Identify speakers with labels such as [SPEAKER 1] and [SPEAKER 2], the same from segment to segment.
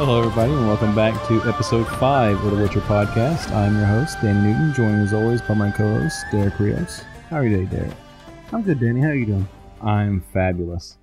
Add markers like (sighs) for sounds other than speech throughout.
[SPEAKER 1] Hello, everybody, and welcome back to episode five of the Witcher podcast. I'm your host, Danny Newton, joined as always by my co-host, Derek Rios. How are you today, Derek?
[SPEAKER 2] I'm good, Danny. How are you doing?
[SPEAKER 1] I'm fabulous.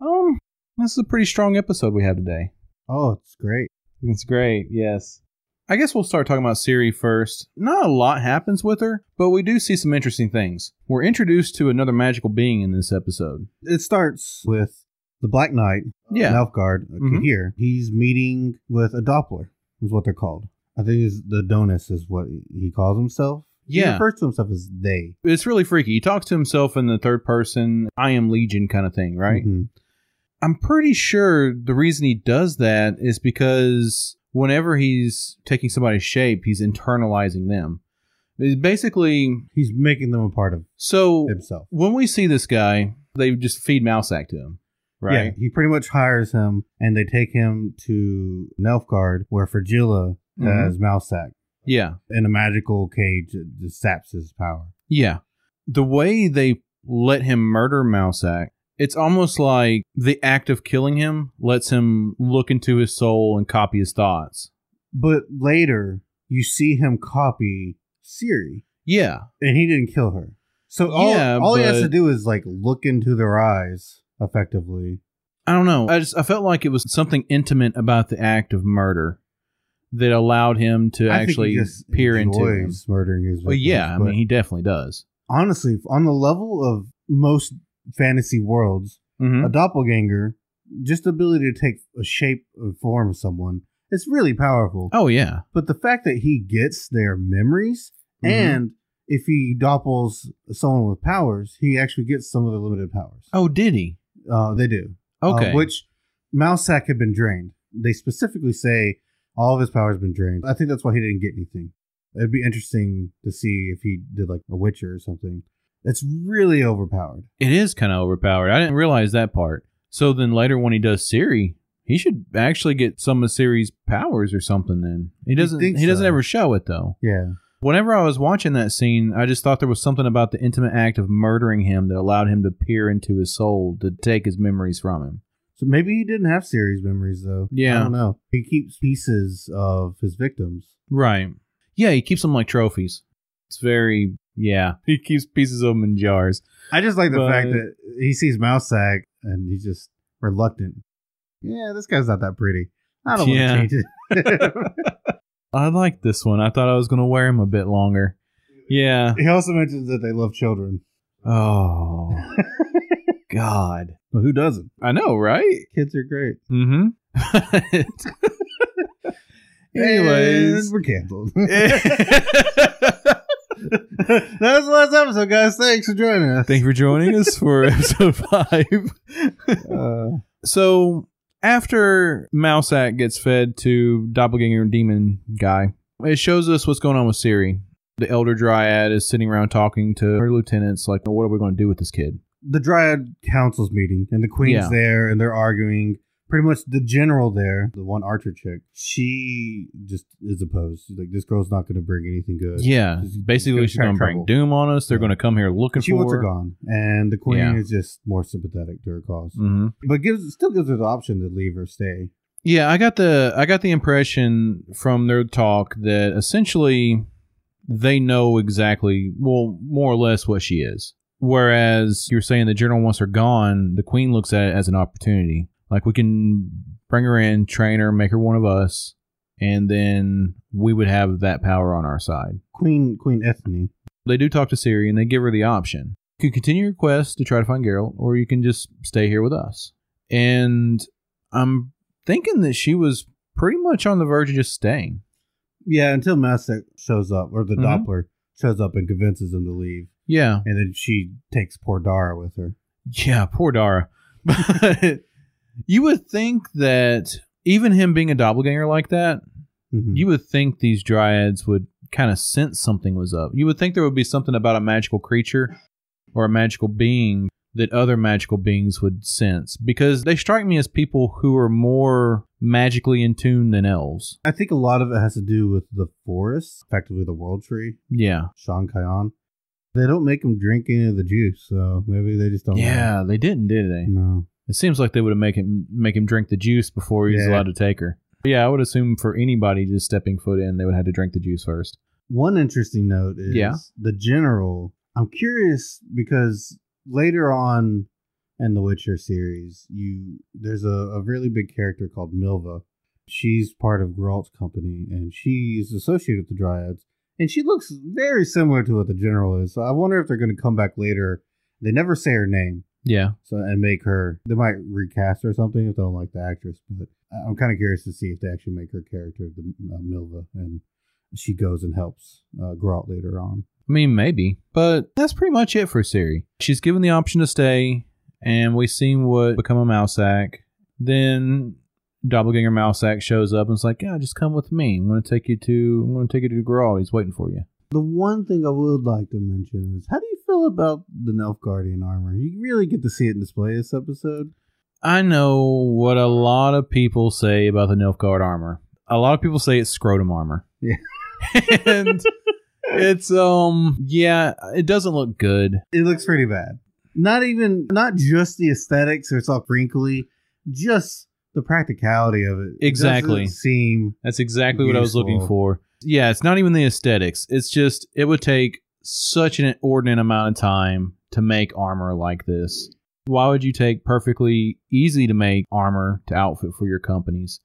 [SPEAKER 1] Um, this is a pretty strong episode we have today.
[SPEAKER 2] Oh, it's great.
[SPEAKER 1] It's great, yes. I guess we'll start talking about Siri first. Not a lot happens with her, but we do see some interesting things. We're introduced to another magical being in this episode.
[SPEAKER 2] It starts with the Black Knight,
[SPEAKER 1] Yeah.
[SPEAKER 2] an elf guard
[SPEAKER 1] Mhm.
[SPEAKER 2] here. He's meeting with a Doppler, is what they're called. I think it's the Donus is what he calls himself. He
[SPEAKER 1] Yeah.
[SPEAKER 2] refers to himself as they.
[SPEAKER 1] It's really freaky. He talks to himself in the third person, I am Legion kind of thing, right?
[SPEAKER 2] Mhm.
[SPEAKER 1] I'm pretty sure the reason he does that is because whenever he's taking somebody's shape, he's internalizing them. It's basically,
[SPEAKER 2] He's making them a part of
[SPEAKER 1] so
[SPEAKER 2] himself.
[SPEAKER 1] when we see this guy, they just feed Mousak to him,
[SPEAKER 2] Yeah,
[SPEAKER 1] right?
[SPEAKER 2] he pretty much hires him, and they take him to an elf guard where Fragila
[SPEAKER 1] Mhm.
[SPEAKER 2] has Mousak
[SPEAKER 1] Yeah.
[SPEAKER 2] in a magical cage that just saps his power.
[SPEAKER 1] Yeah. The way they let him murder Mousak, it's almost like the act of killing him lets him look into his soul and copy his thoughts.
[SPEAKER 2] But later, you see him copy Siri,
[SPEAKER 1] Yeah.
[SPEAKER 2] and he didn't kill her. So all,
[SPEAKER 1] Yeah,
[SPEAKER 2] all he has
[SPEAKER 1] but-
[SPEAKER 2] to do is like look into their eyes, effectively.
[SPEAKER 1] I don't know. I just I felt like it was something intimate about the act of murder that allowed him to
[SPEAKER 2] I think he
[SPEAKER 1] actually
[SPEAKER 2] just
[SPEAKER 1] peer into him.
[SPEAKER 2] enjoys murdering his.
[SPEAKER 1] Well, yeah, I
[SPEAKER 2] victims,
[SPEAKER 1] mean, he definitely does.
[SPEAKER 2] but honestly, on the level of most fantasy worlds,
[SPEAKER 1] hmm
[SPEAKER 2] a doppelganger, just the ability to take a shape or form of someone, it's really powerful.
[SPEAKER 1] Oh yeah,
[SPEAKER 2] But the fact that he gets their memories,
[SPEAKER 1] Mhm.
[SPEAKER 2] and if he doppels someone with powers, he actually gets some of their limited powers.
[SPEAKER 1] Oh, did he?
[SPEAKER 2] Uh, they do. Uh,
[SPEAKER 1] Okay.
[SPEAKER 2] which Mousak had been drained. They specifically say all of his power has been drained. I think that's why he didn't get anything. It'd be interesting to see if he did like a Witcher or something. It's really overpowered.
[SPEAKER 1] it is kind of overpowered. I didn't realize that part. So then later when he does Siri, he should actually get some of Siri's powers or something. Then he doesn't.
[SPEAKER 2] think
[SPEAKER 1] He doesn't
[SPEAKER 2] so.
[SPEAKER 1] ever show it though.
[SPEAKER 2] Yeah.
[SPEAKER 1] Whenever I was watching that scene, I just thought there was something about the intimate act of murdering him that allowed him to peer into his soul to take his memories from him.
[SPEAKER 2] So maybe he didn't have series memories though.
[SPEAKER 1] Yeah.
[SPEAKER 2] I don't know. He keeps pieces of his victims.
[SPEAKER 1] Right. Yeah, he keeps them like trophies. It's very yeah. He keeps pieces of them in jars.
[SPEAKER 2] I just like the
[SPEAKER 1] But-
[SPEAKER 2] fact that he sees Mousak and he's just reluctant. Yeah, this guy's not that pretty. I don't
[SPEAKER 1] Yeah.
[SPEAKER 2] want to change it. (laughs)
[SPEAKER 1] I like this one. I thought I was gonna wear him a bit longer. Yeah.
[SPEAKER 2] he also mentions that they love children. (laughs)
[SPEAKER 1] Oh God.
[SPEAKER 2] Well, who doesn't?
[SPEAKER 1] I know, right?
[SPEAKER 2] Kids are great.
[SPEAKER 1] Mm-hmm. (laughs) Anyways.
[SPEAKER 2] And we're (laughs) canceled. that was the last episode, guys. Thanks for joining
[SPEAKER 1] (laughs)
[SPEAKER 2] us.
[SPEAKER 1] Thank you for joining us for episode five.
[SPEAKER 2] Uh,
[SPEAKER 1] So after Mousak gets fed to Doppelganger Demon Guy, it shows us what's going on with Siri. The Elder Dryad is sitting around talking to her lieutenants, like, what are we going to do with this kid?
[SPEAKER 2] (laughs) the Dryad Council's meeting, and the Queen's
[SPEAKER 1] Yeah.
[SPEAKER 2] there, and they're arguing. Pretty much the general there, the one archer chick, she just is opposed. She's like, this girl's not going to bring anything good.
[SPEAKER 1] Yeah,
[SPEAKER 2] She's-
[SPEAKER 1] basically,
[SPEAKER 2] she's
[SPEAKER 1] she's going to bring
[SPEAKER 2] trouble.
[SPEAKER 1] doom on us. They're
[SPEAKER 2] Yeah.
[SPEAKER 1] going to come here looking
[SPEAKER 2] She
[SPEAKER 1] for
[SPEAKER 2] wants her gone, and the queen
[SPEAKER 1] Yeah.
[SPEAKER 2] is just more sympathetic to her because
[SPEAKER 1] hmm
[SPEAKER 2] but gives still gives her the option to leave or stay.
[SPEAKER 1] Yeah, I got the I got the impression from their talk that essentially they know exactly, well, more or less what she is. Whereas you're saying the general wants her gone, the queen looks at it as an opportunity. Like we can bring her in, train her, make her one of us, and then we would have that power on our side.
[SPEAKER 2] Queen Queen Ethne,
[SPEAKER 1] They do talk to Siri and they give her the option. You can continue your quest to try to find Geralt, or you can just stay here with us. And I'm thinking that she was pretty much on the verge of just staying.
[SPEAKER 2] yeah, until Masek shows up or the
[SPEAKER 1] Mhm.
[SPEAKER 2] Doppler shows up and convinces him to leave,
[SPEAKER 1] Yeah.
[SPEAKER 2] and then she takes poor Dara with her.
[SPEAKER 1] Yeah, poor Dara. (laughs) But you would think that even him being a doppelganger like that,
[SPEAKER 2] Mhm.
[SPEAKER 1] you would think these dryads would kind of sense something was up. You would think there would be something about a magical creature or a magical being that other magical beings would sense because they strike me as people who are more magically in tune than elves.
[SPEAKER 2] I think a lot of it has to do with the forest, effectively the world tree,
[SPEAKER 1] Yeah.
[SPEAKER 2] Sean Kion. They don't make him drink any of the juice, so maybe they just don't. Hmm.
[SPEAKER 1] Yeah, they didn't, did
[SPEAKER 2] know.
[SPEAKER 1] they?
[SPEAKER 2] No.
[SPEAKER 1] It seems like they would have make him make him drink the juice before he was
[SPEAKER 2] Yeah.
[SPEAKER 1] allowed to take her. Yeah, I would assume for anybody just stepping foot in, they would have to drink the juice first.
[SPEAKER 2] One interesting note is
[SPEAKER 1] Yeah.
[SPEAKER 2] the general. I'm curious because later on in the Witcher series, you there's a, a really big character called Milva. She's part of Geralt's company and she's associated with the Dryads. And she looks very similar to what the general is. So I wonder if they're gonna come back later. They never say her name.
[SPEAKER 1] Yeah,
[SPEAKER 2] So and make her they might recast her or something if they don't like the actress, but I- I'm kind of curious to see if they actually make her character the uh, Milva and she goes and helps uh, Geralt later on.
[SPEAKER 1] I mean maybe, but that's pretty much it for Siri. She's given the option to stay, and we seen what become a Mousak. Then doppelganger Mousak shows up and is like, "Yeah, just come with me. I'm going to take you to. I'm going to take you to Geralt. He's waiting for you."
[SPEAKER 2] The one thing I would like to mention is how do you feel about the Nelf Guardian armor? You really get to see it in display this episode.
[SPEAKER 1] I know what a lot of people say about the Nilfgaard armor. A lot of people say it's scrotum armor.
[SPEAKER 2] Yeah.
[SPEAKER 1] (laughs) and it's um yeah, it doesn't look good.
[SPEAKER 2] It looks pretty bad. Not even not just the aesthetics or it's all wrinkly, just the practicality of it.
[SPEAKER 1] Exactly.
[SPEAKER 2] It doesn't seem
[SPEAKER 1] That's exactly what I was looking
[SPEAKER 2] Useful.
[SPEAKER 1] for. Yeah, it's not even the aesthetics. It's just it would take such an inordinate amount of time to make armor like this. Why would you take perfectly easy to make armor to outfit for your companies?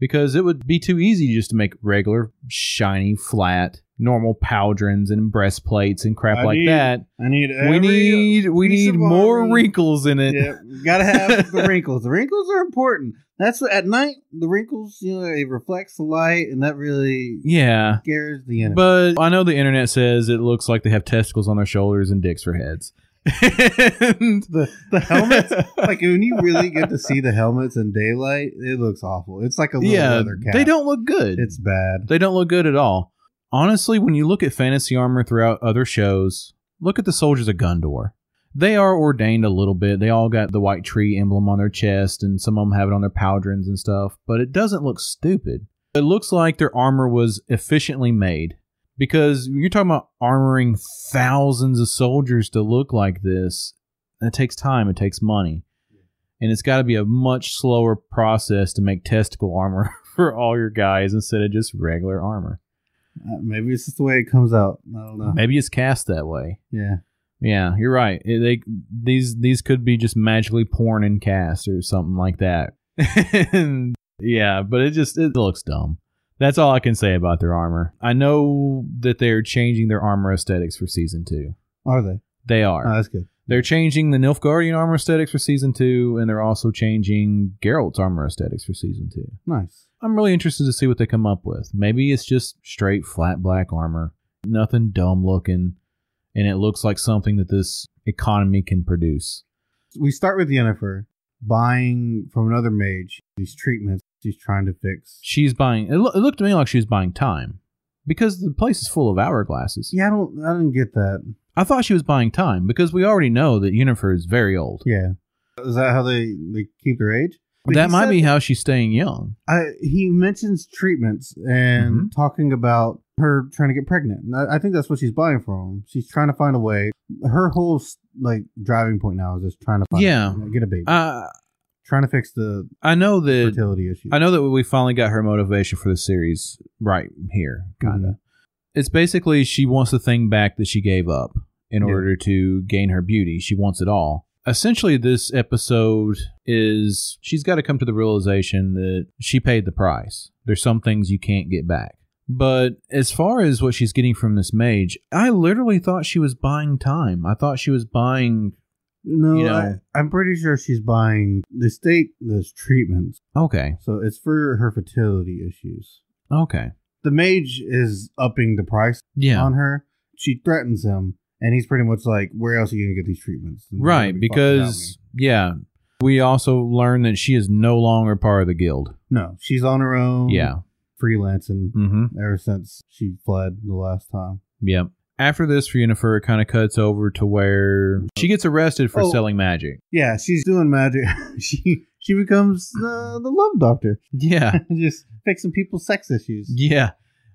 [SPEAKER 1] Because it would be too easy just to make regular, shiny, flat, normal pauldrons and breastplates and crap
[SPEAKER 2] I
[SPEAKER 1] like
[SPEAKER 2] need
[SPEAKER 1] that.
[SPEAKER 2] I need
[SPEAKER 1] we need we
[SPEAKER 2] piece
[SPEAKER 1] need
[SPEAKER 2] of
[SPEAKER 1] more
[SPEAKER 2] armor.
[SPEAKER 1] wrinkles in it.
[SPEAKER 2] yeah, we gotta have
[SPEAKER 1] (laughs)
[SPEAKER 2] the wrinkles. The wrinkles are important. That's what, at night. The wrinkles, you know, it reflects the light, and that really
[SPEAKER 1] yeah.
[SPEAKER 2] scares the enemy.
[SPEAKER 1] But I know the internet says it looks like they have testicles on their shoulders and dicks for heads. (laughs) and
[SPEAKER 2] the the helmets, like when you really get to see the helmets in daylight, it looks awful. It's like a little
[SPEAKER 1] yeah,
[SPEAKER 2] leather cap.
[SPEAKER 1] they don't look good.
[SPEAKER 2] It's bad.
[SPEAKER 1] they don't look good at all. Honestly, when you look at fantasy armor throughout other shows, look at the soldiers of Gondor. They are ordained a little bit. They all got the white tree emblem on their chest, and some of them have it on their pauldrons and stuff. But it doesn't look stupid. It looks like their armor was efficiently made because you're talking about armoring thousands of soldiers to look like this. It takes time. It takes money, and it's got to be a much slower process to make testicle armor (laughs) for all your guys instead of just regular armor.
[SPEAKER 2] Uh, Maybe it's just the way it comes out. I don't know.
[SPEAKER 1] Maybe it's cast that way.
[SPEAKER 2] Yeah,
[SPEAKER 1] Yeah, you're right. It- they these these could be just magically porn and cast or something like that. (laughs) And, yeah, but it just it looks dumb. That's all I can say about their armor. I know that they're changing their armor aesthetics for season two.
[SPEAKER 2] are they?
[SPEAKER 1] They are.
[SPEAKER 2] Oh, that's good.
[SPEAKER 1] they're changing the Nilfgaardian armor aesthetics for season two, and they're also changing Geralt's armor aesthetics for season two.
[SPEAKER 2] Nice.
[SPEAKER 1] I'm really interested to see what they come up with. Maybe it's just straight flat black armor, nothing dumb looking, and it looks like something that this economy can produce.
[SPEAKER 2] we start with Yennefer buying from another mage these treatments she's trying to fix.
[SPEAKER 1] She's buying. It, loo- it looked to me like she was buying time because the place is full of hourglasses.
[SPEAKER 2] Yeah, I don't. I didn't get that.
[SPEAKER 1] I thought she was buying time because we already know that Unifer is very old.
[SPEAKER 2] Yeah. Is that how they, they keep their age? But
[SPEAKER 1] that
[SPEAKER 2] he
[SPEAKER 1] might
[SPEAKER 2] said-
[SPEAKER 1] be how she's staying young.
[SPEAKER 2] I, he mentions treatments and
[SPEAKER 1] Mm-hmm.
[SPEAKER 2] talking about her trying to get pregnant. And I, I think that's what she's buying from. She's trying to find a way. Her whole like driving point now is just trying to find
[SPEAKER 1] Yeah.
[SPEAKER 2] get a baby,
[SPEAKER 1] I
[SPEAKER 2] trying to fix the
[SPEAKER 1] I know that
[SPEAKER 2] fertility issue.
[SPEAKER 1] I know that we finally got her motivation for the series right here, kind of. It's basically she wants the thing back that she gave up in
[SPEAKER 2] Yeah.
[SPEAKER 1] order to gain her beauty. She wants it all. Essentially, this episode is she's got to come to the realization that she paid the price. There's some things you can't get back. But as far as what she's getting from this mage, I literally thought she was buying time. I thought she was buying.
[SPEAKER 2] No,
[SPEAKER 1] you know-
[SPEAKER 2] I, I'm pretty sure she's buying the state those treatments.
[SPEAKER 1] Okay,
[SPEAKER 2] So it's for her fertility issues.
[SPEAKER 1] okay,
[SPEAKER 2] The mage is upping the price
[SPEAKER 1] yeah.
[SPEAKER 2] on her. She threatens him, and he's pretty much like, "Where else are you gonna get these treatments?" And you're
[SPEAKER 1] Right,
[SPEAKER 2] gonna be fucking without
[SPEAKER 1] because yeah, we also learned that she is no longer part of the guild.
[SPEAKER 2] me." no, she's on her own.
[SPEAKER 1] Yeah.
[SPEAKER 2] freelancing
[SPEAKER 1] Mm-hmm.
[SPEAKER 2] ever since she fled the last time.
[SPEAKER 1] Yep. After this, for Unifer, it kind of cuts over to where she gets arrested for
[SPEAKER 2] Oh.
[SPEAKER 1] selling magic.
[SPEAKER 2] Yeah, she's doing magic. (laughs) she she becomes the the love doctor, (laughs)
[SPEAKER 1] Yeah,
[SPEAKER 2] just fixing people's sex issues.
[SPEAKER 1] yeah.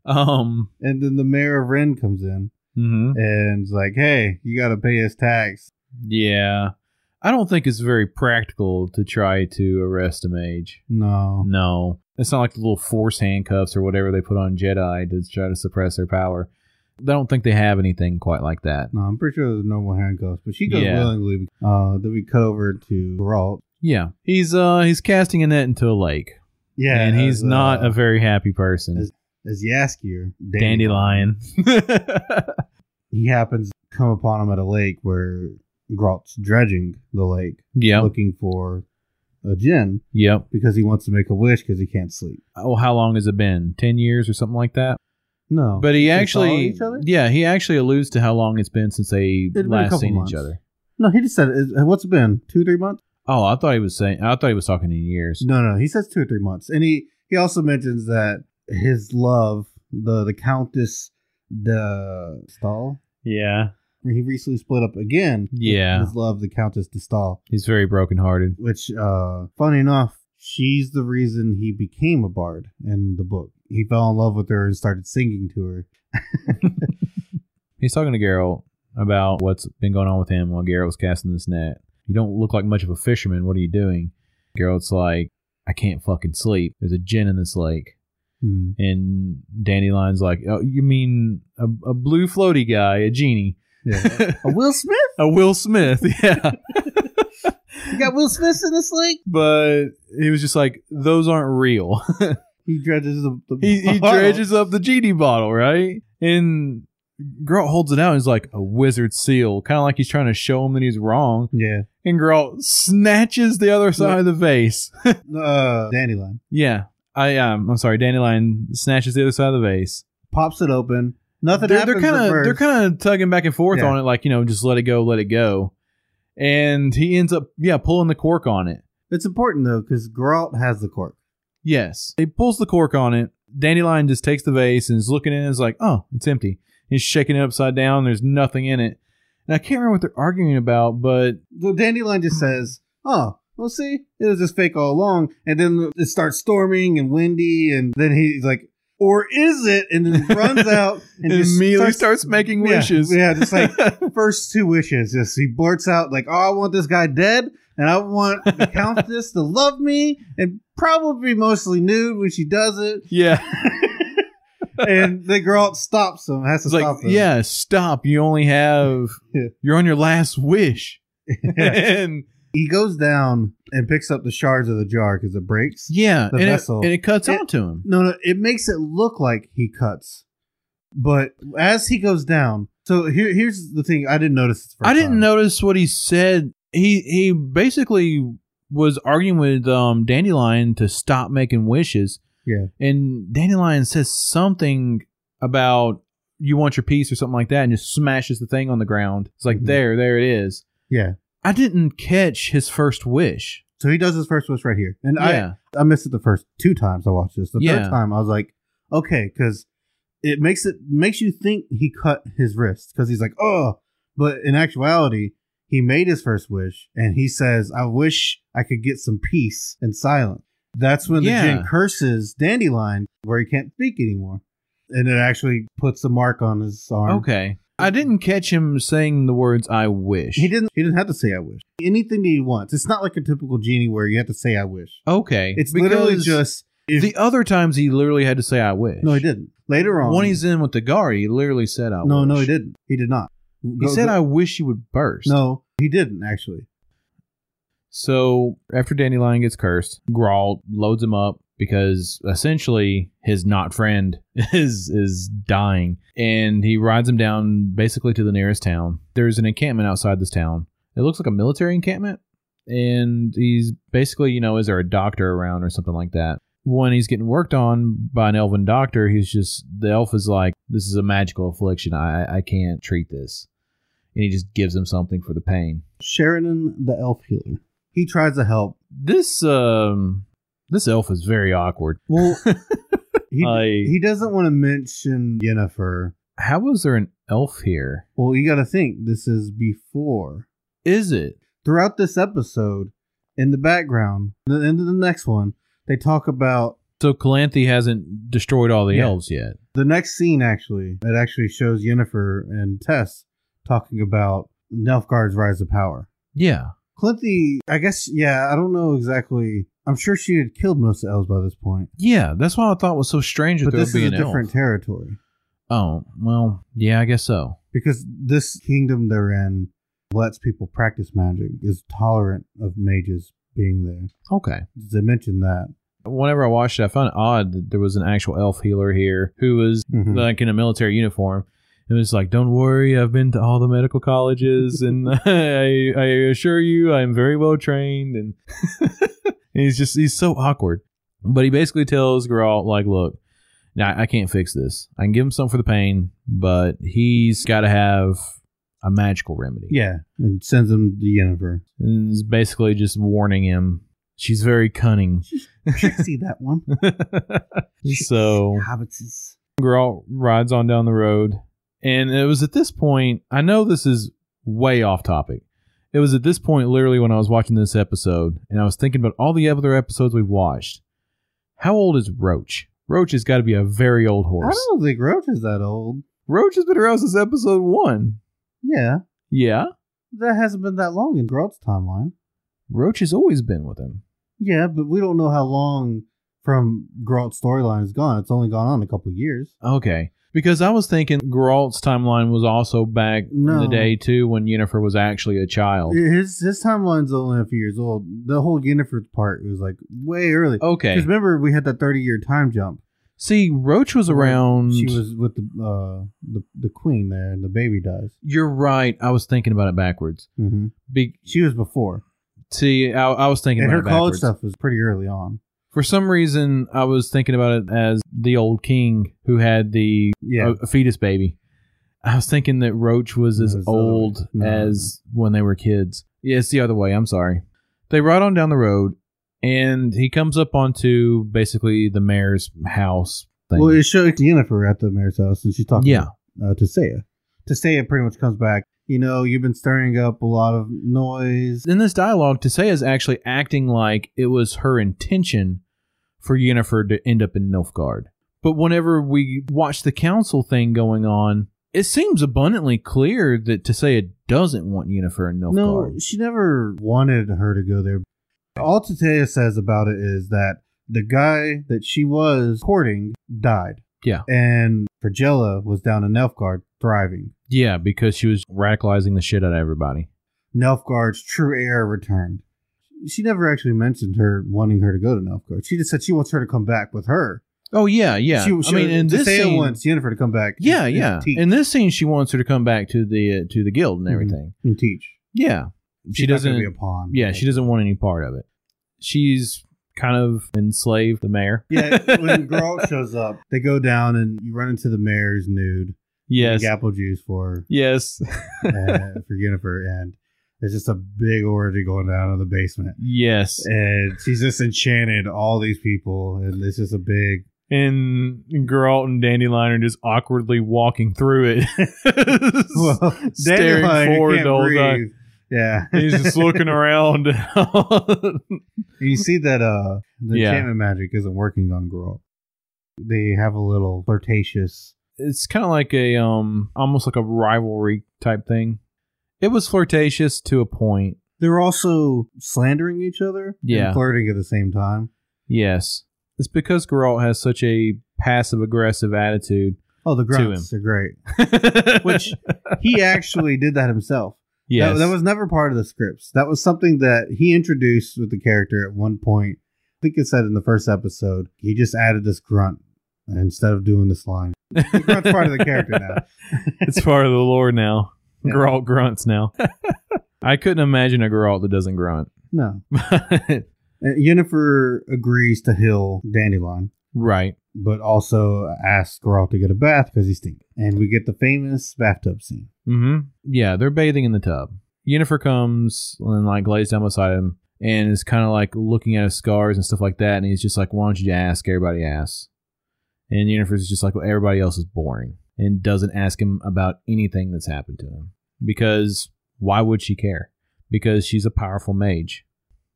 [SPEAKER 1] Um.
[SPEAKER 2] And then the mayor of Ren comes in
[SPEAKER 1] mhm.
[SPEAKER 2] and's like, "Hey, you got to pay us tax."
[SPEAKER 1] Yeah. I don't think it's very practical to try to arrest a mage.
[SPEAKER 2] No,
[SPEAKER 1] No, It's not like the little force handcuffs or whatever they put on Jedi to try to suppress their power. I don't think they have anything quite like that.
[SPEAKER 2] No, I'm pretty sure there's normal handcuffs, but she goes
[SPEAKER 1] Yeah.
[SPEAKER 2] willingly. Uh, then we cut over to Geralt.
[SPEAKER 1] Yeah, he's uh he's casting a net into a lake,
[SPEAKER 2] Yeah,
[SPEAKER 1] and he's
[SPEAKER 2] as, uh,
[SPEAKER 1] not a very happy person.
[SPEAKER 2] as- as Yaskier.
[SPEAKER 1] Dandelion.
[SPEAKER 2] He happens to come upon him at a lake where Geralt's dredging the lake,
[SPEAKER 1] (laughs) yep,
[SPEAKER 2] looking for a gin
[SPEAKER 1] yep.
[SPEAKER 2] because he wants to make a wish because he can't sleep.
[SPEAKER 1] Oh, how long has it been? Ten years or something like that.
[SPEAKER 2] No,
[SPEAKER 1] But he
[SPEAKER 2] they follow
[SPEAKER 1] actually,
[SPEAKER 2] each other?
[SPEAKER 1] yeah, he actually alludes to how long it's been since they
[SPEAKER 2] been a couple
[SPEAKER 1] last seen
[SPEAKER 2] months.
[SPEAKER 1] each other.
[SPEAKER 2] no, he just said, "Is- uh, "What's it been? Two, three months?"
[SPEAKER 1] Oh, I thought he was saying. I thought he was talking in years.
[SPEAKER 2] No, no, he says two or three months, and he he also mentions that his love, the the Countess de Stahl,
[SPEAKER 1] Yeah,
[SPEAKER 2] he recently split up again. with
[SPEAKER 1] Yeah.
[SPEAKER 2] his love, the Countess de Stahl,
[SPEAKER 1] he's very brokenhearted.
[SPEAKER 2] which, uh, funny enough, she's the reason he became a bard in the book. He fell in love with her and started singing to her.
[SPEAKER 1] He's talking to Geralt about what's been going on with him while Geralt was casting this net. You don't look like much of a fisherman. What are you doing? Geralt's like, I can't fucking sleep. There's a gin in this lake. Hmm. And Dandelion's like, oh, you mean a, a blue floaty guy, a
[SPEAKER 2] (laughs)
[SPEAKER 1] genie?
[SPEAKER 2] Yeah. a Will Smith?
[SPEAKER 1] a Will Smith, (laughs) yeah.
[SPEAKER 2] You got Will Smith in this lake?
[SPEAKER 1] but he was just like, those aren't real. (laughs)
[SPEAKER 2] He dredges the, the
[SPEAKER 1] he,
[SPEAKER 2] (laughs)
[SPEAKER 1] he dredges up the genie bottle, right? And Geralt holds it out and he's like, a wizard seal. Kind of like he's trying to show him that he's wrong.
[SPEAKER 2] Yeah.
[SPEAKER 1] and Geralt snatches the other side of the vase.
[SPEAKER 2] Uh, dandelion.
[SPEAKER 1] yeah, I um, I'm sorry, Dandelion snatches the other side of the vase.
[SPEAKER 2] Pops it open. Nothing
[SPEAKER 1] They're, they're
[SPEAKER 2] happens.
[SPEAKER 1] kind
[SPEAKER 2] at
[SPEAKER 1] of they're
[SPEAKER 2] first.
[SPEAKER 1] kind of tugging back and forth
[SPEAKER 2] Yeah.
[SPEAKER 1] on it, like you know, just let it go, let it go. And he ends up yeah pulling the cork on it.
[SPEAKER 2] It's important though because Geralt has the cork.
[SPEAKER 1] Yes, he pulls the cork on it. Dandelion just takes the vase and is looking in. and is like, oh, it's empty. He's shaking it upside down. There's nothing in it. And I can't remember what they're arguing about, but
[SPEAKER 2] The dandelion just says, "Oh, well, see, it was just fake all along." And then it starts storming and windy, and then he's like, "Or is it?" And then
[SPEAKER 1] (laughs)
[SPEAKER 2] runs out and
[SPEAKER 1] it
[SPEAKER 2] just
[SPEAKER 1] immediately starts, making
[SPEAKER 2] Yeah,
[SPEAKER 1] wishes.
[SPEAKER 2] Yeah, just
[SPEAKER 1] (laughs)
[SPEAKER 2] like first two wishes. Just he blurts out like, "Oh, I want this guy dead, and I
[SPEAKER 1] (laughs)
[SPEAKER 2] want the countess to love me, and probably mostly nude when she does it."
[SPEAKER 1] yeah.
[SPEAKER 2] (laughs)
[SPEAKER 1] (laughs)
[SPEAKER 2] And the girl stops him. Has to
[SPEAKER 1] It's
[SPEAKER 2] stop
[SPEAKER 1] like,
[SPEAKER 2] him.
[SPEAKER 1] yeah, stop. You only have,
[SPEAKER 2] Yeah.
[SPEAKER 1] you're on your last wish.
[SPEAKER 2] (laughs) Yeah.
[SPEAKER 1] (laughs) and
[SPEAKER 2] He goes down and picks up the shards of the jar because it breaks.
[SPEAKER 1] yeah,
[SPEAKER 2] The
[SPEAKER 1] and it,
[SPEAKER 2] vessel.
[SPEAKER 1] and it cuts
[SPEAKER 2] It-
[SPEAKER 1] out to him.
[SPEAKER 2] No, no, it makes it look like he cuts, but as he goes down. So here, here's the thing: I didn't notice. This first
[SPEAKER 1] I didn't
[SPEAKER 2] time.
[SPEAKER 1] notice what he said. He he basically was arguing with um, Dandelion to stop making wishes.
[SPEAKER 2] Yeah.
[SPEAKER 1] And Dandelion says something about you want your piece or something like that and just smashes the thing on the ground. It's like,
[SPEAKER 2] Mhm.
[SPEAKER 1] there, there it is.
[SPEAKER 2] Yeah.
[SPEAKER 1] I didn't catch his first wish.
[SPEAKER 2] So he does his first wish right here, and
[SPEAKER 1] yeah.
[SPEAKER 2] I I missed it the first two times I watched this. The
[SPEAKER 1] Yeah.
[SPEAKER 2] third time I was like, okay, because it makes it makes you think he cut his wrist because he's like, oh, but in actuality, he made his first wish, and he says, I wish I could get some peace and silence. That's when
[SPEAKER 1] Yeah.
[SPEAKER 2] the Jin curses Dandelion, where he can't speak anymore, and it actually puts a mark on his arm.
[SPEAKER 1] Okay. I didn't catch him saying the words I wish.
[SPEAKER 2] He didn't. He didn't have to say "I wish." Anything that he wants. It's not like a typical genie where you have to say "I wish."
[SPEAKER 1] Okay.
[SPEAKER 2] It's literally
[SPEAKER 1] Because
[SPEAKER 2] just if-
[SPEAKER 1] the other times he literally had to say I wish.
[SPEAKER 2] no. He didn't. Later on,
[SPEAKER 1] When he's in with the guard, he literally said I
[SPEAKER 2] No,
[SPEAKER 1] wish.
[SPEAKER 2] no, he didn't. He did not.
[SPEAKER 1] He said I wish you would burst.
[SPEAKER 2] No, he didn't actually.
[SPEAKER 1] So after Dandelion gets cursed, Grawl loads him up because essentially his not friend (laughs) is is dying, and he rides him down basically to the nearest town. There's an encampment outside this town. It looks like a military encampment, and he's basically you know is there a doctor around or something like that. When he's getting worked on by an elven doctor, he's just the elf is like, "This is a magical affliction. I I can't treat this," and he just gives him something for the pain.
[SPEAKER 2] Sheridan, the elf healer, he tries to help.
[SPEAKER 1] this um this elf is very awkward.
[SPEAKER 2] Well,
[SPEAKER 1] (laughs)
[SPEAKER 2] he
[SPEAKER 1] I-
[SPEAKER 2] he doesn't want to mention Yennefer.
[SPEAKER 1] How was there an elf here?
[SPEAKER 2] Well, you got to think this is before.
[SPEAKER 1] Is it?
[SPEAKER 2] Throughout this episode, in the background, the end of the next one, they talk about
[SPEAKER 1] So Calanthe hasn't destroyed all the
[SPEAKER 2] Yeah.
[SPEAKER 1] elves yet.
[SPEAKER 2] the next scene. Actually, it actually shows Yennefer and Tess talking about Nelfgaard's rise to power.
[SPEAKER 1] Yeah.
[SPEAKER 2] Clinty, I guess, yeah, I don't know exactly. I'm sure she had killed most of the elves by this point.
[SPEAKER 1] Yeah, that's what I thought was so strange. That
[SPEAKER 2] But
[SPEAKER 1] there
[SPEAKER 2] this
[SPEAKER 1] would
[SPEAKER 2] is
[SPEAKER 1] be
[SPEAKER 2] a
[SPEAKER 1] an elf.
[SPEAKER 2] different territory
[SPEAKER 1] Oh well, yeah, I guess so.
[SPEAKER 2] because this kingdom they're in lets people practice magic, is tolerant of mages being there.
[SPEAKER 1] Okay.
[SPEAKER 2] They mentioned that.
[SPEAKER 1] Whenever I watched it, I found it odd that there was an actual elf healer here who was
[SPEAKER 2] Mhm.
[SPEAKER 1] like in a military uniform. It was like, don't worry, I've been to all the medical colleges, and (laughs) I, I assure you, I'm very well trained. And, (laughs) and he's just he's so awkward. But he basically tells Geralt, like, look, now I can't fix this. I can give him something for the pain, but he's got to have a magical remedy.
[SPEAKER 2] Yeah, and sends them to (laughs) Yennefer.
[SPEAKER 1] and is basically just warning him. She's very cunning. (laughs)
[SPEAKER 2] see that (laughs) one.
[SPEAKER 1] so
[SPEAKER 2] Hobbitses.
[SPEAKER 1] Geralt rides on down the road, and it was at this point. I know this is way off topic. It was at this point, literally, when I was watching this episode, and I was thinking about all the other episodes we've watched. How old is Roach? Roach has got to be a very old
[SPEAKER 2] I
[SPEAKER 1] horse.
[SPEAKER 2] don't think Roach is that old.
[SPEAKER 1] Roach has been around since episode one.
[SPEAKER 2] Yeah,
[SPEAKER 1] Yeah,
[SPEAKER 2] that hasn't been that long in Geralt's timeline.
[SPEAKER 1] Roach has always been with him.
[SPEAKER 2] Yeah, but we don't know how long from Geralt's storyline is gone. It's only gone on a couple years.
[SPEAKER 1] Okay. Because I was thinking Geralt's timeline was also back in
[SPEAKER 2] No.
[SPEAKER 1] the day too when Yennefer was actually a child.
[SPEAKER 2] His his timeline's only a few years old. The whole Yennefer part was like way early.
[SPEAKER 1] Okay.
[SPEAKER 2] Because remember we had that thirty year time jump.
[SPEAKER 1] See, Roach was
[SPEAKER 2] Where
[SPEAKER 1] around
[SPEAKER 2] She was with the uh, the the queen there, and the baby dies.
[SPEAKER 1] You're right. I was thinking about it backwards.
[SPEAKER 2] Mm-hmm.
[SPEAKER 1] Be-
[SPEAKER 2] She was before,
[SPEAKER 1] see, I, I was thinking
[SPEAKER 2] and
[SPEAKER 1] about
[SPEAKER 2] her
[SPEAKER 1] it
[SPEAKER 2] college
[SPEAKER 1] backwards.
[SPEAKER 2] stuff was pretty early on.
[SPEAKER 1] For some reason, I was thinking about it as the old king who had the
[SPEAKER 2] Yeah,
[SPEAKER 1] uh, fetus baby. I was thinking that Roach was
[SPEAKER 2] No,
[SPEAKER 1] as
[SPEAKER 2] it's the other way.
[SPEAKER 1] old
[SPEAKER 2] No, no,
[SPEAKER 1] as when they were kids. Yeah, it's the other way. I'm sorry. They ride on down the road, and he comes up onto basically the mayor's house thing.
[SPEAKER 2] well, it showed Yennefer at the mayor's house, and she talked.
[SPEAKER 1] yeah,
[SPEAKER 2] uh, to Saya. To Saya pretty much comes back. You know, you've been stirring up a lot of noise.
[SPEAKER 1] in this dialogue, Tisea is actually acting like it was her intention for Yennefer to end up in Nilfgaard. But whenever we watch the council thing going on, it seems abundantly clear that Tisea doesn't want Yennefer in Nilfgaard.
[SPEAKER 2] No, she never wanted her to go there. All Tatea says about it is that the guy that she was courting died.
[SPEAKER 1] Yeah.
[SPEAKER 2] And Pergella was down in Nelfgard thriving.
[SPEAKER 1] Yeah, because she was radicalizing the shit out of everybody.
[SPEAKER 2] Nelfgard's true heir returned. She never actually mentioned her wanting her to go to Nelfgard. She just said she wants her to come back with her.
[SPEAKER 1] Oh yeah, yeah.
[SPEAKER 2] She, she,
[SPEAKER 1] I mean, in this
[SPEAKER 2] Tatea
[SPEAKER 1] scene,
[SPEAKER 2] wants Yennefer to come back.
[SPEAKER 1] yeah,
[SPEAKER 2] and,
[SPEAKER 1] yeah.
[SPEAKER 2] And teach.
[SPEAKER 1] In this scene, she wants her to come back to the uh, to the guild and
[SPEAKER 2] Mhm.
[SPEAKER 1] everything.
[SPEAKER 2] and teach.
[SPEAKER 1] Yeah, she
[SPEAKER 2] She's not gonna
[SPEAKER 1] doesn't.
[SPEAKER 2] be a pawn.
[SPEAKER 1] yeah, she doesn't want any part of it. She's kind of enslaved the mayor.
[SPEAKER 2] yeah, when Geralt shows up, they go down and you run into the mayor's nude.
[SPEAKER 1] yes,
[SPEAKER 2] Big apple juice for
[SPEAKER 1] yes,
[SPEAKER 2] uh, for Jennifer, and there's just a big orgy going down in the basement.
[SPEAKER 1] yes.
[SPEAKER 2] And she's just enchanted all these people, and this is a big.
[SPEAKER 1] (laughs) And Geralt and Dandelion are just awkwardly walking through it, (laughs)
[SPEAKER 2] (laughs) Well,
[SPEAKER 1] Staring
[SPEAKER 2] Dandelion
[SPEAKER 1] forward
[SPEAKER 2] can't
[SPEAKER 1] the whole time.
[SPEAKER 2] breathe. Yeah,
[SPEAKER 1] He's (laughs)
[SPEAKER 2] (laughs)
[SPEAKER 1] just looking around.
[SPEAKER 2] you see that uh, the
[SPEAKER 1] Yeah.
[SPEAKER 2] enchantment magic isn't working on Geralt. They have a little flirtatious.
[SPEAKER 1] it's kind of like a um almost like a rivalry type thing. It was flirtatious to a point.
[SPEAKER 2] They're also slandering each other.
[SPEAKER 1] Yeah.
[SPEAKER 2] and flirting at the same time.
[SPEAKER 1] Yes. It's because Geralt has such a passive aggressive (laughs) attitude.
[SPEAKER 2] Oh, the
[SPEAKER 1] him.
[SPEAKER 2] grunts are great. Which he actually did that himself.
[SPEAKER 1] yes.
[SPEAKER 2] That, that was never part of the scripts. That was something that he introduced with the character at one point. I think it said in the first episode, he just added this grunt instead of doing
[SPEAKER 1] (laughs)
[SPEAKER 2] this line. The grunt's part of the character now.
[SPEAKER 1] (laughs) it's part of the lore now.
[SPEAKER 2] Yeah.
[SPEAKER 1] Geralt grunts (laughs) now. I couldn't imagine a Geralt that doesn't (laughs) grunt.
[SPEAKER 2] No. And Yennefer agrees to heal Dandelion,
[SPEAKER 1] right.
[SPEAKER 2] but also asks Geralt to get a bath because he's stinking. And we get the famous bathtub scene.
[SPEAKER 1] Mm-hmm. Yeah, they're bathing in the tub. Yennefer comes and like lays down beside him and is kind of like looking at his scars and stuff like that. And he's just like, "Why don't you ask? Everybody asks." And Yennefer's just like, "Well, everybody else is boring," and doesn't ask him about anything that's happened to him because why would she care? Because she's a powerful mage.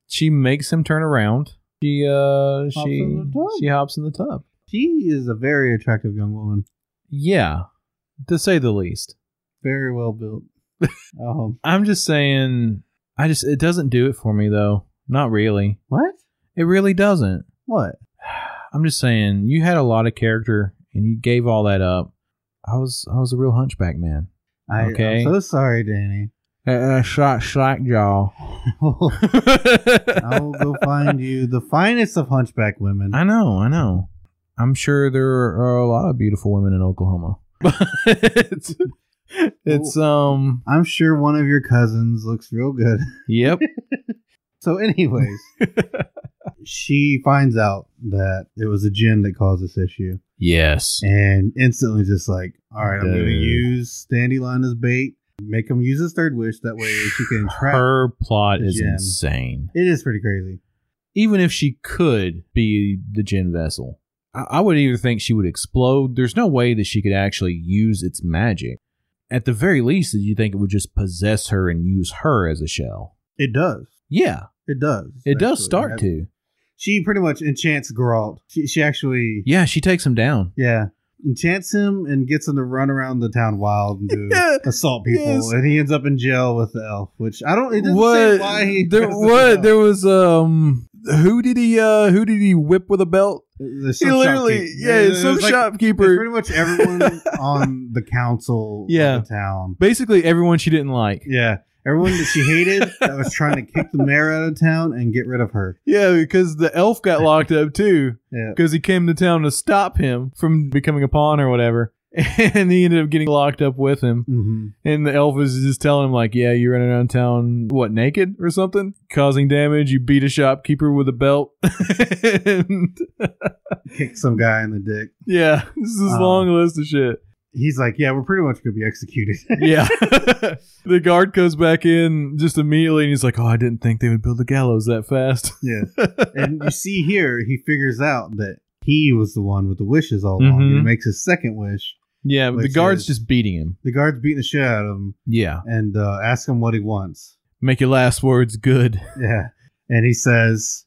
[SPEAKER 1] She makes him turn around. She uh she
[SPEAKER 2] in the tub.
[SPEAKER 1] she hops in the tub.
[SPEAKER 2] She is a very attractive young woman,
[SPEAKER 1] Yeah, to say the least.
[SPEAKER 2] very
[SPEAKER 1] (laughs)
[SPEAKER 2] well built. um,
[SPEAKER 1] I'm just saying, I just it doesn't do it for me though. Not really.
[SPEAKER 2] what?
[SPEAKER 1] It really doesn't.
[SPEAKER 2] What?
[SPEAKER 1] I'm just saying, you had a lot of character and you gave all that up. I was I was a real hunchback man.
[SPEAKER 2] I,
[SPEAKER 1] Okay.
[SPEAKER 2] I'm so sorry, Danny.
[SPEAKER 1] Uh, shot slack (laughs) jaw.
[SPEAKER 2] I will go find you the finest of hunchback women.
[SPEAKER 1] I know, I know. I'm sure there are a lot of beautiful women in
[SPEAKER 2] (laughs)
[SPEAKER 1] Oklahoma. it's, it's um
[SPEAKER 2] uh, I'm sure one of your cousins looks real good. (laughs)
[SPEAKER 1] yep. (laughs)
[SPEAKER 2] So, anyways, she finds out that it was a gin that caused this issue,
[SPEAKER 1] Yes.
[SPEAKER 2] and instantly just like, all right, I'm going to
[SPEAKER 1] Dude.
[SPEAKER 2] use Dandelion as bait, make him use his third wish. That way, she
[SPEAKER 1] (sighs)
[SPEAKER 2] can trap.
[SPEAKER 1] Her plot is
[SPEAKER 2] Jim.
[SPEAKER 1] insane.
[SPEAKER 2] It is pretty crazy.
[SPEAKER 1] Even if she could be the gin vessel, I, I would either think she would explode. There's no way that she could actually use its magic. At the very least, you think it would just possess her and use her as a shell.
[SPEAKER 2] It does.
[SPEAKER 1] Yeah,
[SPEAKER 2] It does.
[SPEAKER 1] it does
[SPEAKER 2] actually.
[SPEAKER 1] start to.
[SPEAKER 2] She pretty much enchants Geralt. She, she actually, yeah.
[SPEAKER 1] Yeah, she takes him down.
[SPEAKER 2] enchants him and gets him to run around the town wild and do
[SPEAKER 1] (laughs) Yeah.
[SPEAKER 2] assault people,
[SPEAKER 1] Yes.
[SPEAKER 2] and he ends up in jail with the elf. Which I don't. It doesn't say why he.
[SPEAKER 1] there,
[SPEAKER 2] goes to
[SPEAKER 1] what
[SPEAKER 2] jail.
[SPEAKER 1] there was um who did he uh who did he whip with a belt
[SPEAKER 2] There's
[SPEAKER 1] he
[SPEAKER 2] some
[SPEAKER 1] literally
[SPEAKER 2] shopkeep-
[SPEAKER 1] yeah
[SPEAKER 2] there's
[SPEAKER 1] some
[SPEAKER 2] like- there's
[SPEAKER 1] shopkeeper
[SPEAKER 2] pretty much
[SPEAKER 1] (laughs)
[SPEAKER 2] everyone on the council
[SPEAKER 1] Yeah.
[SPEAKER 2] of the town.
[SPEAKER 1] basically everyone she didn't like
[SPEAKER 2] Yeah. Everyone that she hated that was trying to kick the mayor out of town and get rid of her.
[SPEAKER 1] yeah because the elf got
[SPEAKER 2] (laughs)
[SPEAKER 1] locked up too
[SPEAKER 2] Yeah.
[SPEAKER 1] because he came to town to stop him from becoming a pawn or whatever (laughs) and he ended up getting locked up with him
[SPEAKER 2] hmm
[SPEAKER 1] and the elf is just telling him like yeah you're running around town what naked or something causing damage you beat a shopkeeper with a belt (laughs) and,
[SPEAKER 2] Kick some guy in the dick.
[SPEAKER 1] yeah this is a
[SPEAKER 2] Um,
[SPEAKER 1] long list of shit
[SPEAKER 2] He's like, yeah, we're pretty much going to be executed. (laughs)
[SPEAKER 1] yeah. (laughs) the guard comes back in just immediately and he's like, Oh, I didn't think they would build the gallows that fast. (laughs)
[SPEAKER 2] yeah. And you see here, he figures out that he was the one with the wishes all along.
[SPEAKER 1] Mhm.
[SPEAKER 2] He makes his second wish.
[SPEAKER 1] yeah, but the
[SPEAKER 2] Which
[SPEAKER 1] guard's
[SPEAKER 2] is-
[SPEAKER 1] just beating him.
[SPEAKER 2] The guard's beating the shit out of him
[SPEAKER 1] Yeah.
[SPEAKER 2] and uh, asks him what he wants.
[SPEAKER 1] Make your last words good.
[SPEAKER 2] Yeah. And he says,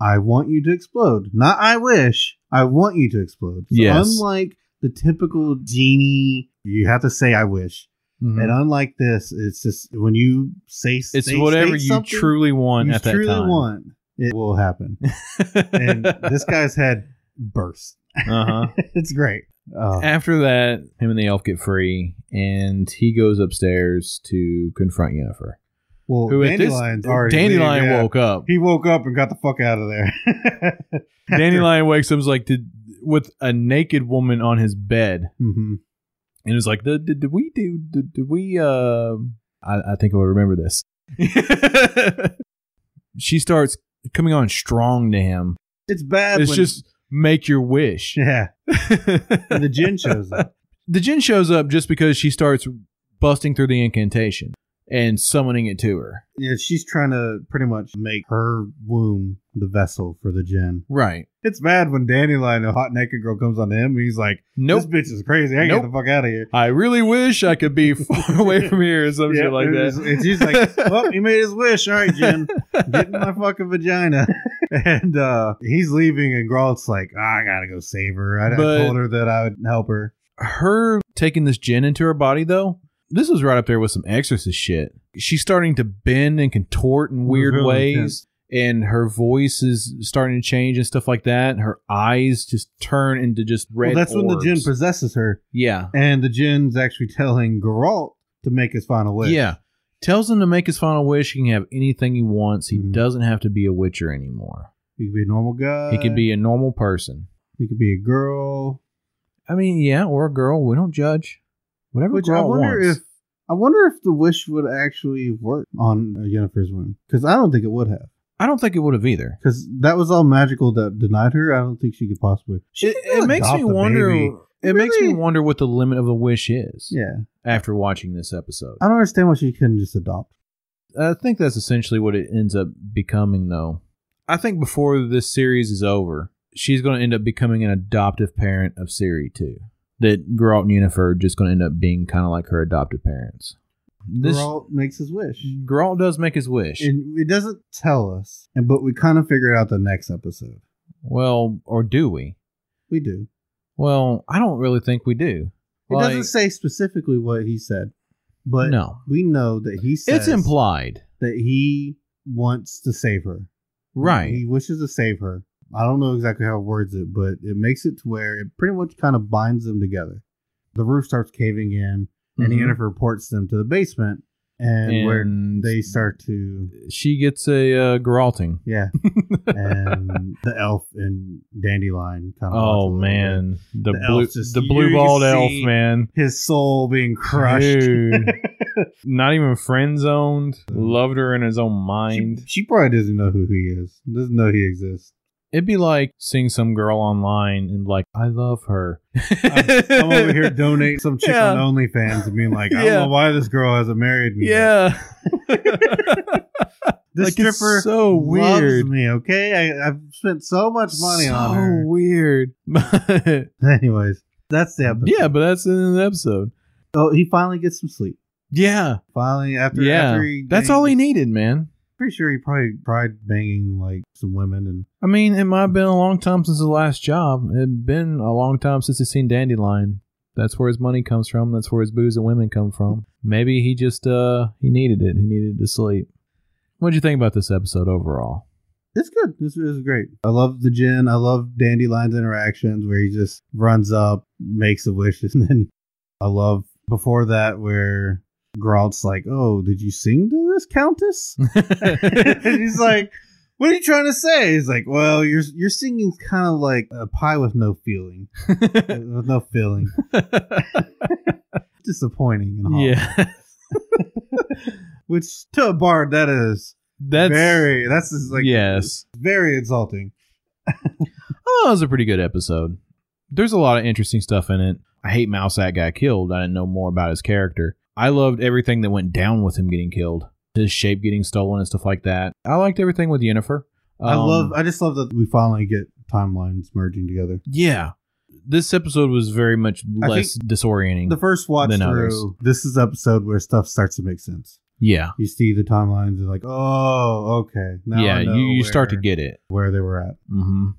[SPEAKER 2] I want you to explode. Not I wish. I want you to explode. So
[SPEAKER 1] Yes.
[SPEAKER 2] Unlike the typical genie, you have to say I wish. And unlike this, it's just when you say
[SPEAKER 1] Mm-hmm. It's
[SPEAKER 2] say-
[SPEAKER 1] whatever
[SPEAKER 2] state
[SPEAKER 1] you
[SPEAKER 2] something,
[SPEAKER 1] truly want
[SPEAKER 2] you
[SPEAKER 1] at that
[SPEAKER 2] truly
[SPEAKER 1] time.
[SPEAKER 2] want, it will happen.
[SPEAKER 1] (laughs)
[SPEAKER 2] and this guy's head bursts.
[SPEAKER 1] uh-huh.
[SPEAKER 2] (laughs) it's great. Uh,
[SPEAKER 1] After that, him and the elf get free, and he goes upstairs to confront Yennefer.
[SPEAKER 2] well,
[SPEAKER 1] at this-
[SPEAKER 2] Dandelion's already
[SPEAKER 1] Dandelion
[SPEAKER 2] leaving, yeah.
[SPEAKER 1] woke
[SPEAKER 2] (laughs)
[SPEAKER 1] up.
[SPEAKER 2] He woke up and got the fuck out of there. (laughs)
[SPEAKER 1] Dandelion wakes up is like, did, with a naked woman on his bed.
[SPEAKER 2] hmm
[SPEAKER 1] and it was like, did, did, did we do? Did, did we? Uh, I, I think I would remember this. (laughs) she starts coming on strong to him.
[SPEAKER 2] It's bad.
[SPEAKER 1] It's
[SPEAKER 2] when-
[SPEAKER 1] just make your wish.
[SPEAKER 2] yeah. (laughs) And
[SPEAKER 1] the (laughs)
[SPEAKER 2] the gin shows up.
[SPEAKER 1] Jin shows up just because she starts busting through the incantation and summoning it to her.
[SPEAKER 2] Yeah, she's trying to pretty much make her womb the vessel for the gin.
[SPEAKER 1] Right.
[SPEAKER 2] It's bad when Dandelion, a hot naked girl, comes on to him and he's like,
[SPEAKER 1] Nope.
[SPEAKER 2] This bitch is crazy. I
[SPEAKER 1] Nope.
[SPEAKER 2] get the fuck out of here.
[SPEAKER 1] I really wish I could (laughs) be far away from here or some
[SPEAKER 2] Yeah,
[SPEAKER 1] shit like
[SPEAKER 2] and
[SPEAKER 1] that.
[SPEAKER 2] it's- And
[SPEAKER 1] (laughs)
[SPEAKER 2] she's like, Well, he made his wish. All right, Jin. Get in my fucking vagina. (laughs) And uh he's leaving, and Gralt's like, I gotta go save her. I, I
[SPEAKER 1] But-
[SPEAKER 2] told her that I would help her.
[SPEAKER 1] her taking this gin into her body though this is right up there with some exorcist shit she's starting to bend and contort in weird
[SPEAKER 2] Really
[SPEAKER 1] ways
[SPEAKER 2] intense.
[SPEAKER 1] and her voice is starting to change and stuff like that her eyes just turn into just red
[SPEAKER 2] Well, that's when the gin
[SPEAKER 1] orbs.
[SPEAKER 2] possesses her,
[SPEAKER 1] yeah
[SPEAKER 2] and the gin's actually (laughs) telling Geralt to make his final wish.
[SPEAKER 1] yeah tells him to make his final wish he can have anything he wants he
[SPEAKER 2] Mhm.
[SPEAKER 1] doesn't have to be a witcher anymore
[SPEAKER 2] He could be a normal guy.
[SPEAKER 1] he could be a normal person
[SPEAKER 2] He could be a girl.
[SPEAKER 1] i mean yeah or a girl we don't judge whatever
[SPEAKER 2] Which
[SPEAKER 1] girl
[SPEAKER 2] I wonder
[SPEAKER 1] wants.
[SPEAKER 2] if I wonder if the wish would actually work on uh, Yennefer's womb because I don't think it would have
[SPEAKER 1] i don't think it would have either
[SPEAKER 2] because that was all magical that denied her. I don't think she could possibly. She
[SPEAKER 1] it,
[SPEAKER 2] could
[SPEAKER 1] it makes
[SPEAKER 2] adopt
[SPEAKER 1] me
[SPEAKER 2] a
[SPEAKER 1] wonder.
[SPEAKER 2] baby.
[SPEAKER 1] It makes me
[SPEAKER 2] Really?
[SPEAKER 1] wonder what the limit of the wish is.
[SPEAKER 2] Yeah,
[SPEAKER 1] After watching this episode,
[SPEAKER 2] I don't understand why she couldn't just adopt.
[SPEAKER 1] I think that's essentially what it ends up becoming. Though, I think before this series is over, she's going to end up becoming an adoptive parent of Siri too. That Geralt and Yennefer are just going to end up being kind of like her adoptive parents. This
[SPEAKER 2] Geralt makes his wish.
[SPEAKER 1] Geralt does make his wish.
[SPEAKER 2] And it doesn't tell us, and but we kind of figure it out the next episode.
[SPEAKER 1] well, or do we?
[SPEAKER 2] We do.
[SPEAKER 1] Well, I don't really think we do.
[SPEAKER 2] It
[SPEAKER 1] Like,
[SPEAKER 2] doesn't say specifically what he said, but
[SPEAKER 1] no.
[SPEAKER 2] we know that he says
[SPEAKER 1] It's implied.
[SPEAKER 2] that he wants to save her.
[SPEAKER 1] Right.
[SPEAKER 2] He wishes to save her. I don't know exactly how it words it, but it makes it to where it pretty much kind of binds them together. The roof starts caving in, and
[SPEAKER 1] Mhm.
[SPEAKER 2] Yennefer reports them to the basement, and, where
[SPEAKER 1] And
[SPEAKER 2] they start to,
[SPEAKER 1] she gets a uh, Geralting.
[SPEAKER 2] yeah.
[SPEAKER 1] (laughs)
[SPEAKER 2] and the elf and Dandelion kind of. watch a
[SPEAKER 1] Oh
[SPEAKER 2] little
[SPEAKER 1] man, the,
[SPEAKER 2] The
[SPEAKER 1] blue
[SPEAKER 2] elf's just-
[SPEAKER 1] the
[SPEAKER 2] you-
[SPEAKER 1] blue
[SPEAKER 2] you
[SPEAKER 1] balled elf
[SPEAKER 2] see-
[SPEAKER 1] man.
[SPEAKER 2] bit. His soul being crushed. (laughs)
[SPEAKER 1] Dude. Not even friend zoned. Loved her in his own
[SPEAKER 2] she,
[SPEAKER 1] mind.
[SPEAKER 2] she probably doesn't know who he is. Doesn't know he exists.
[SPEAKER 1] It'd be like seeing some girl online and like, I love
[SPEAKER 2] (laughs)
[SPEAKER 1] her.
[SPEAKER 2] I'm
[SPEAKER 1] (laughs)
[SPEAKER 2] over (laughs) here donating some chick
[SPEAKER 1] Yeah.
[SPEAKER 2] on OnlyFans and being like, I
[SPEAKER 1] Yeah.
[SPEAKER 2] don't know why this girl hasn't married me. yet.
[SPEAKER 1] (laughs) Yeah.
[SPEAKER 2] This
[SPEAKER 1] Like, it's
[SPEAKER 2] stripper
[SPEAKER 1] so
[SPEAKER 2] loves
[SPEAKER 1] weird.
[SPEAKER 2] me, okay? I, I've spent so much money
[SPEAKER 1] so
[SPEAKER 2] on her. (laughs)
[SPEAKER 1] weird. (laughs)
[SPEAKER 2] Anyways, that's the episode.
[SPEAKER 1] yeah, but that's the end of the episode.
[SPEAKER 2] Oh, he finally gets some sleep.
[SPEAKER 1] Yeah.
[SPEAKER 2] Finally, after
[SPEAKER 1] yeah.
[SPEAKER 2] after he
[SPEAKER 1] that's
[SPEAKER 2] banged-
[SPEAKER 1] all he needed, man.
[SPEAKER 2] Pretty sure he probably tried banging like some women and
[SPEAKER 1] I mean, it might have been a long time since the last job. It'd been a long time since he's seen Dandelion. That's where his money comes from. That's where his booze and women come from. Maybe he just uh he needed it. He needed to sleep. What'd you think about this episode
[SPEAKER 2] (laughs)
[SPEAKER 1] overall? (laughs)
[SPEAKER 2] It's good. This is great. I love the gin. I love Dandelion's interactions where he just runs up, makes a wish, (laughs) and then I love before that where Geralt's like, "Oh, did you sing to
[SPEAKER 1] (laughs)
[SPEAKER 2] this countess?" (laughs) and he's like, "What are you trying to say?" He's like, "Well, your your singing's kind of like a pie with no
[SPEAKER 1] (laughs)
[SPEAKER 2] feeling, with no feeling. Disappointing and all.
[SPEAKER 1] yeah,
[SPEAKER 2] Which to a bard that is
[SPEAKER 1] that's
[SPEAKER 2] very that's just like
[SPEAKER 1] yes.
[SPEAKER 2] very insulting.
[SPEAKER 1] Oh, it was a pretty good episode. There's a lot of interesting stuff in it. I hate Mouse that got killed. I didn't know more about his character. I loved everything that went down with him getting killed, his shape getting stolen and stuff like that. I liked everything with Yennefer.
[SPEAKER 2] I
[SPEAKER 1] Um,
[SPEAKER 2] love. I just love that we finally get timelines merging together.
[SPEAKER 1] Yeah, this episode was very much
[SPEAKER 2] I
[SPEAKER 1] less disorienting.
[SPEAKER 2] The first watch
[SPEAKER 1] Than
[SPEAKER 2] through.
[SPEAKER 1] others.
[SPEAKER 2] This is the episode where stuff starts to make sense.
[SPEAKER 1] yeah,
[SPEAKER 2] You see the timelines and like, oh, okay. Now
[SPEAKER 1] yeah,
[SPEAKER 2] I know
[SPEAKER 1] you, you start to
[SPEAKER 2] where-
[SPEAKER 1] get it.
[SPEAKER 2] where they were at.
[SPEAKER 1] hmm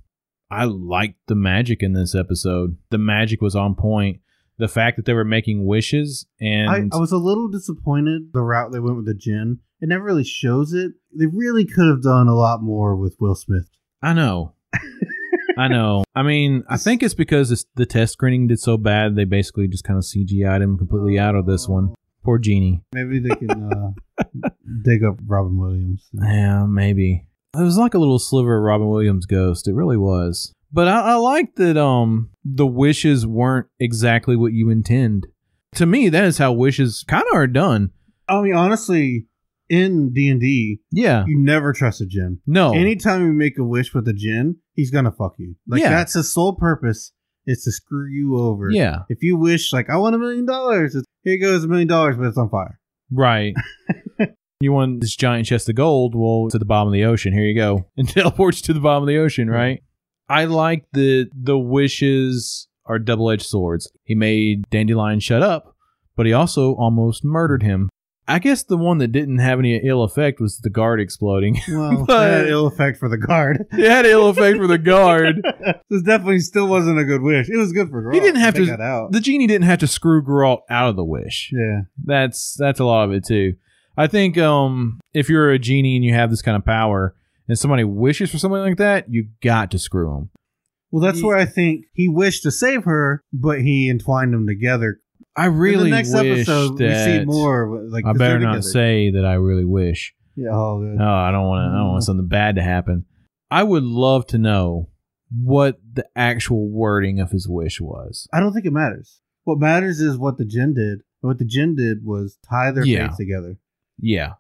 [SPEAKER 1] I liked the magic in this episode. The magic was on point. The fact that they were making wishes
[SPEAKER 2] I,
[SPEAKER 1] and
[SPEAKER 2] I was a little disappointed the route they went with the gin. It never really shows it. They really could have done a lot more with Will Smith.
[SPEAKER 1] I know. I know. I mean, I think it's because it's, the test screening did so bad, they basically just kind of CGI'd him completely out of this one. Poor Genie.
[SPEAKER 2] (laughs) Maybe they can uh, dig up
[SPEAKER 1] (laughs)
[SPEAKER 2] Robin Williams.
[SPEAKER 1] Yeah, maybe. It was like a little sliver of Robin Williams' ghost. It really was. But I, I liked that um the wishes weren't exactly what you intend. To me, that is how wishes kind of are done.
[SPEAKER 2] I mean, honestly, in D and D,
[SPEAKER 1] Yeah.
[SPEAKER 2] you never trust a gin.
[SPEAKER 1] No.
[SPEAKER 2] Anytime you make a wish with a djinn, he's gonna fuck you. Like
[SPEAKER 1] Yeah.
[SPEAKER 2] that's his sole purpose is to screw you over.
[SPEAKER 1] yeah.
[SPEAKER 2] If you wish, like I want a million dollars, it's- here goes a million dollars, but it's on fire.
[SPEAKER 1] Right. you want this giant chest of gold? Well, to the bottom of the ocean. Here you go. (laughs) And teleports to the bottom of the ocean, right? I like that the wishes are double edged swords. He made Dandelion shut up, but he also almost murdered him. I guess the one that didn't have any ill effect was the guard exploding. (laughs)
[SPEAKER 2] Well,
[SPEAKER 1] But-
[SPEAKER 2] that had ill effect for the guard. (laughs)
[SPEAKER 1] it had ill effect for the guard.
[SPEAKER 2] this definitely still wasn't a good wish. It was good for Geralt.
[SPEAKER 1] He didn't have
[SPEAKER 2] They
[SPEAKER 1] to-
[SPEAKER 2] got out.
[SPEAKER 1] The genie didn't have to screw Geralt out of the wish.
[SPEAKER 2] yeah,
[SPEAKER 1] that's that's a lot of it too. I think um if you're a genie and you have this kind of power and somebody wishes for something like that, you got to screw them.
[SPEAKER 2] well, that's
[SPEAKER 1] He-
[SPEAKER 2] where I think he wished to save her, but he entwined them together.
[SPEAKER 1] I really
[SPEAKER 2] In the next
[SPEAKER 1] wish
[SPEAKER 2] episode,
[SPEAKER 1] that
[SPEAKER 2] we see more. Like
[SPEAKER 1] I
[SPEAKER 2] 'cause
[SPEAKER 1] better
[SPEAKER 2] they're
[SPEAKER 1] not
[SPEAKER 2] together.
[SPEAKER 1] say that I really wish.
[SPEAKER 2] Yeah, oh, good.
[SPEAKER 1] Oh, I don't want to. I don't
[SPEAKER 2] Mm.
[SPEAKER 1] want something bad to happen. I would love to know what the actual wording of his wish was.
[SPEAKER 2] I don't think it matters. What matters is what the gin did. And what the gin did was tie their
[SPEAKER 1] Yeah.
[SPEAKER 2] fates together,
[SPEAKER 1] Yeah.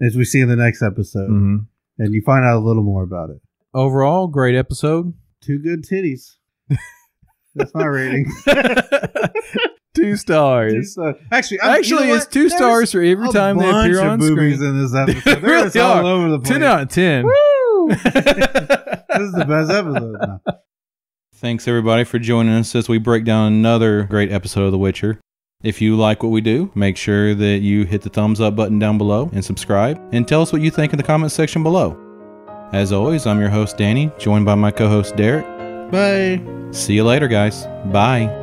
[SPEAKER 2] as we see in the next episode,
[SPEAKER 1] hmm
[SPEAKER 2] and you find out a little more about it.
[SPEAKER 1] Overall, great
[SPEAKER 2] (laughs)
[SPEAKER 1] episode. (laughs)
[SPEAKER 2] Two good titties. That's my rating.
[SPEAKER 1] two
[SPEAKER 2] Two
[SPEAKER 1] stars.
[SPEAKER 2] stars. Actually, I'm- you
[SPEAKER 1] Actually,
[SPEAKER 2] know
[SPEAKER 1] it's
[SPEAKER 2] what?
[SPEAKER 1] two
[SPEAKER 2] There's
[SPEAKER 1] stars for every
[SPEAKER 2] a
[SPEAKER 1] time they
[SPEAKER 2] bunch
[SPEAKER 1] appear
[SPEAKER 2] of
[SPEAKER 1] on
[SPEAKER 2] boobies
[SPEAKER 1] screen. (laughs)
[SPEAKER 2] in this episode.
[SPEAKER 1] There
[SPEAKER 2] There is all
[SPEAKER 1] really
[SPEAKER 2] over the place.
[SPEAKER 1] Ten out of ten.
[SPEAKER 2] Woo! this is the best episode. No.
[SPEAKER 1] (laughs) Thanks everybody for joining us as we break down another great episode of The Witcher. If you like what we do, make sure that you hit the thumbs up button down below and subscribe, and tell us what you think in the comments section below. As always, I'm your host Danny, joined by my co-host Derek.
[SPEAKER 2] Bye.
[SPEAKER 1] See you later, guys. Bye.